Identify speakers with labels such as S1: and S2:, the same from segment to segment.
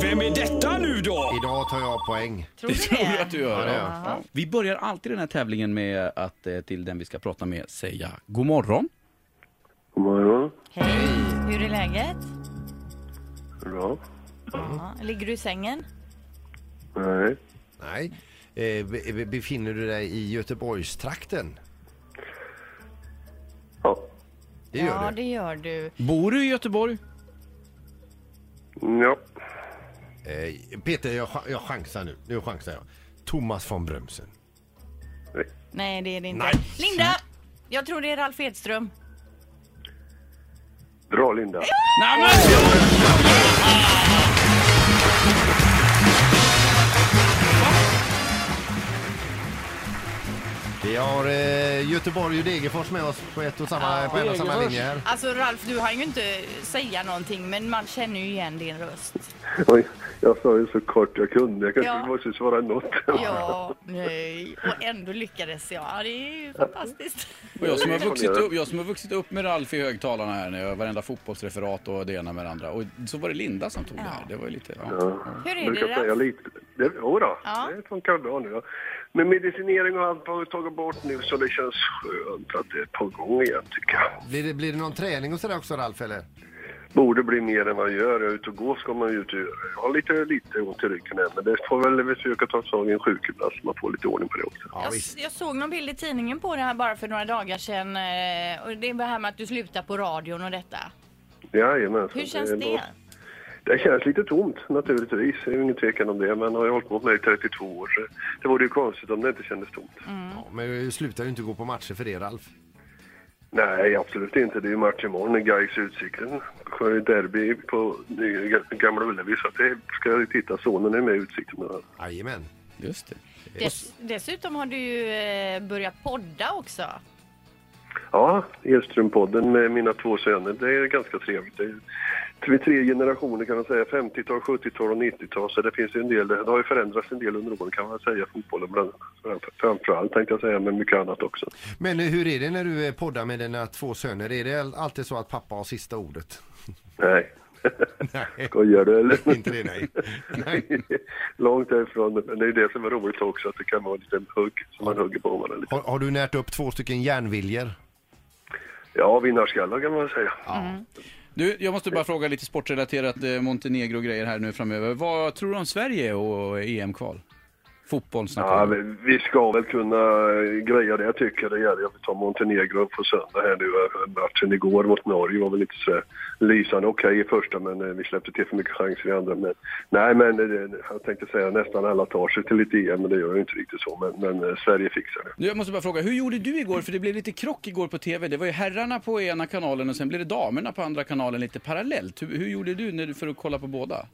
S1: Vem är detta nu då?
S2: Idag tar jag poäng.
S3: Tror du
S1: tror jag
S3: det?
S1: att du gör.
S2: Ja, det gör jag.
S1: Ja.
S4: Vi börjar alltid den här tävlingen med att eh, till den vi ska prata med säga god morgon.
S5: God morgon.
S3: Hej, hur är läget?
S5: Bra.
S3: Ja. Ligger du i sängen?
S5: Nej.
S2: Nej. Eh, be- be- befinner du dig i Göteborgstrakten?
S5: Ja.
S2: Det gör
S3: ja,
S2: du.
S3: det gör du.
S4: Bor du i Göteborg?
S5: Ja.
S2: Eh, Peter, jag, cha- jag chansar nu. Nu chansar jag. Thomas von Brömsen.
S3: Nej, det är det inte.
S2: Nej.
S3: Linda! Jag tror det är Ralf Edström.
S5: Bra, Linda.
S4: Nej, men,
S2: Vi har eh, Göteborg och Degerfors med oss på, ett och samma, på en och samma linje här.
S3: Alltså Ralf, du har ju inte säga någonting, men man känner ju igen din röst.
S5: Oj, jag sa ju så kort jag kunde. Jag kanske
S3: Ja.
S5: måste svara något.
S3: Ja, nej. Och ändå lyckades jag. Ja, det är ju fantastiskt.
S4: och jag, som har vuxit upp, jag som har vuxit upp med Ralf i högtalarna här nu, varenda fotbollsreferat och det ena med det andra. Och så var det Linda som tog det här. Det var ju lite... Ja.
S3: Hur är
S5: Jag
S3: det
S5: brukar säga
S3: Ralf?
S5: lite. Det, jo då,
S3: Ja.
S5: det funkar bra nu. Ja. Men medicinering och allt har vi tagit bort nu så det känns skönt att det är på gång igen tycker jag.
S2: Blir det, blir det någon träning och sådär också Ralf eller?
S5: Borde bli mer än vad jag gör. Jag är ute och går ska man ju ut och göra. Jag har lite, lite ont i ryggen än, men det får väl försöka ta tag i en sjukgymnast så man får lite ordning på det också.
S2: Ja,
S3: Jag,
S2: visst.
S3: jag såg någon bild i tidningen på det här bara för några dagar sedan. eh, Och det är det här med att du slutar på radion och detta.
S5: Jajamensan.
S3: Hur känns
S5: är nog-
S3: det?
S5: Det känns lite tomt naturligtvis, det är ju ingen tvekan om det. Men jag har ju hållit på med det i 32 år så det vore ju konstigt om det inte kändes tomt.
S2: Ja, men du slutar ju inte gå på matcher för det Ralf.
S5: Nej, absolut inte. Det är ju match imorgon i Gais Utsikten. Det är ju Derby på Ny- Gamla Ullevi så att det ska jag ju titta. Sonen är med i Utsikten bland annat.
S2: Jajamän.
S4: Just det.
S3: Dess, dessutom har du ju eh, börjat podda också.
S5: Ja, Edströmpodden med mina två söner. Det är ganska trevligt. Det är tre- tre generationer kan man säga. 50-tal, 70-tal och 90-tal. Så det finns ju en del. Det har ju förändrats en del under åren kan man säga. Fotbollen bland framförallt tänkte jag säga, men mycket annat också.
S2: Men eh, hur är det när du eh, poddar med dina två söner? Är det all- alltid så att pappa har sista ordet?
S5: Nej.
S2: Nej.
S5: Skojar du eller?
S2: Inte det nej.
S5: Långt därifrån. Men det är det som är roligt också, att det kan vara en liten hugg som man hugger på varandra lite.
S2: Har, har du närt upp två stycken järnviljor?
S5: Ja, vinnarskallar kan man säga.
S4: Du, jag måste bara fråga lite sportrelaterat eh, Montenegro-grejer här nu framöver. Vad tror du om Sverige och eh, EM-kval? Fotboll snackar
S5: Ja,
S4: vi om.
S5: men vi ska väl kunna greja det jag tycker. Det gäller ju att vi tar Montenegro på söndag här nu. Matchen igår mot Norge var väl inte så lysande okej i första men eh, vi släppte till för mycket chanser i andra. Men, nej men eh, jag tänkte säga nästan alla tar sig till lite EM men det gör ju inte riktigt så. Men, men eh, Sverige fixar det.
S4: Du, Jag måste bara fråga, hur gjorde du igår? För det blev lite krock igår på TV. Det var ju herrarna på ena kanalen och sen blev det damerna på andra kanalen lite parallellt. Hur, hur gjorde du när du, för att kolla på båda?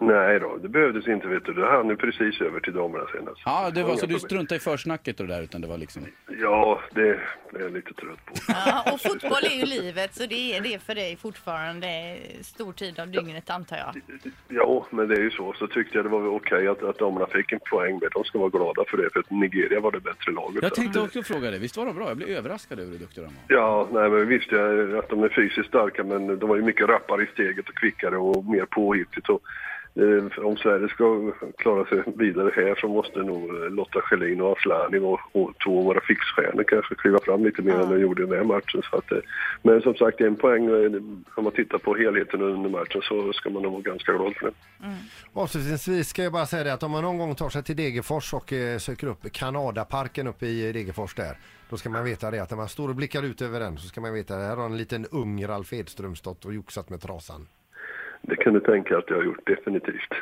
S5: Nej då, det behövdes inte vet du. Det hann nu precis över till damerna senast.
S4: Ja, det var så du
S5: Inga problem.
S4: struntade i försnacket och det där utan det var liksom...
S5: Ja, det är jag lite trött på.
S3: Ja, och fotboll är ju livet, så det är det för dig fortfarande stor tid av dygnet antar jag.
S5: Ja, men det är ju så. Så tyckte jag det var okej att, att damerna fick en poäng med. De ska vara glada för det, för att Nigeria var det bättre laget.
S4: Jag tänkte också fråga dig, visst var de bra? Jag blev överraskad över hur duktiga de var.
S5: Ja, nej, men vi visste ju att de är fysiskt starka, men de var ju mycket rappare i steget och kvickare och mer påhittigt. Och, eh, om Sverige ska klara sig vidare här så måste nog eh, Lotta Schelin och Asllani och, och två av våra fixstjärnor kanske kliva fram lite mer än de gjorde i den här matchen. Så att, eh, men som sagt, en poäng, eh, om man tittar på helheten under matchen så ska man nog vara ganska glad för det.
S2: Avslutningsvis ska jag bara säga det att om man någon gång tar sig till Degerfors och eh, söker upp Kanadaparken uppe i Degerfors där. Då ska man veta det att när man står och blickar ut över den så ska man veta att här har en liten ung Ralf Edström stått och joxat med trasan.
S5: Det kan du tänka att jag har gjort, definitivt.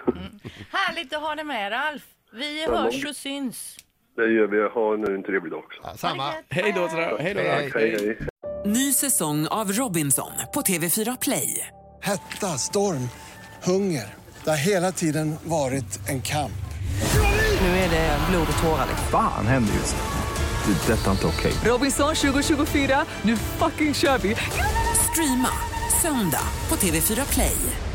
S3: Härligt att ha dig med Ralf! Vi hörs och syns.
S5: Det gör vi. Ha nu en trevlig dag också.
S2: Ja, samma.
S4: Hej då, sådär. hej då.
S2: Hej,
S5: Hej, hej.
S6: Ny säsong av Robinson på TV4 Play.
S7: Hetta, storm, hunger. Det har hela tiden varit en kamp.
S6: Nu är det blod och tårar.
S8: Fan händer just nu. Det. är Detta är inte okej.
S6: Robinson 2024, nu fucking kör vi! Streama söndag på TV4 Play.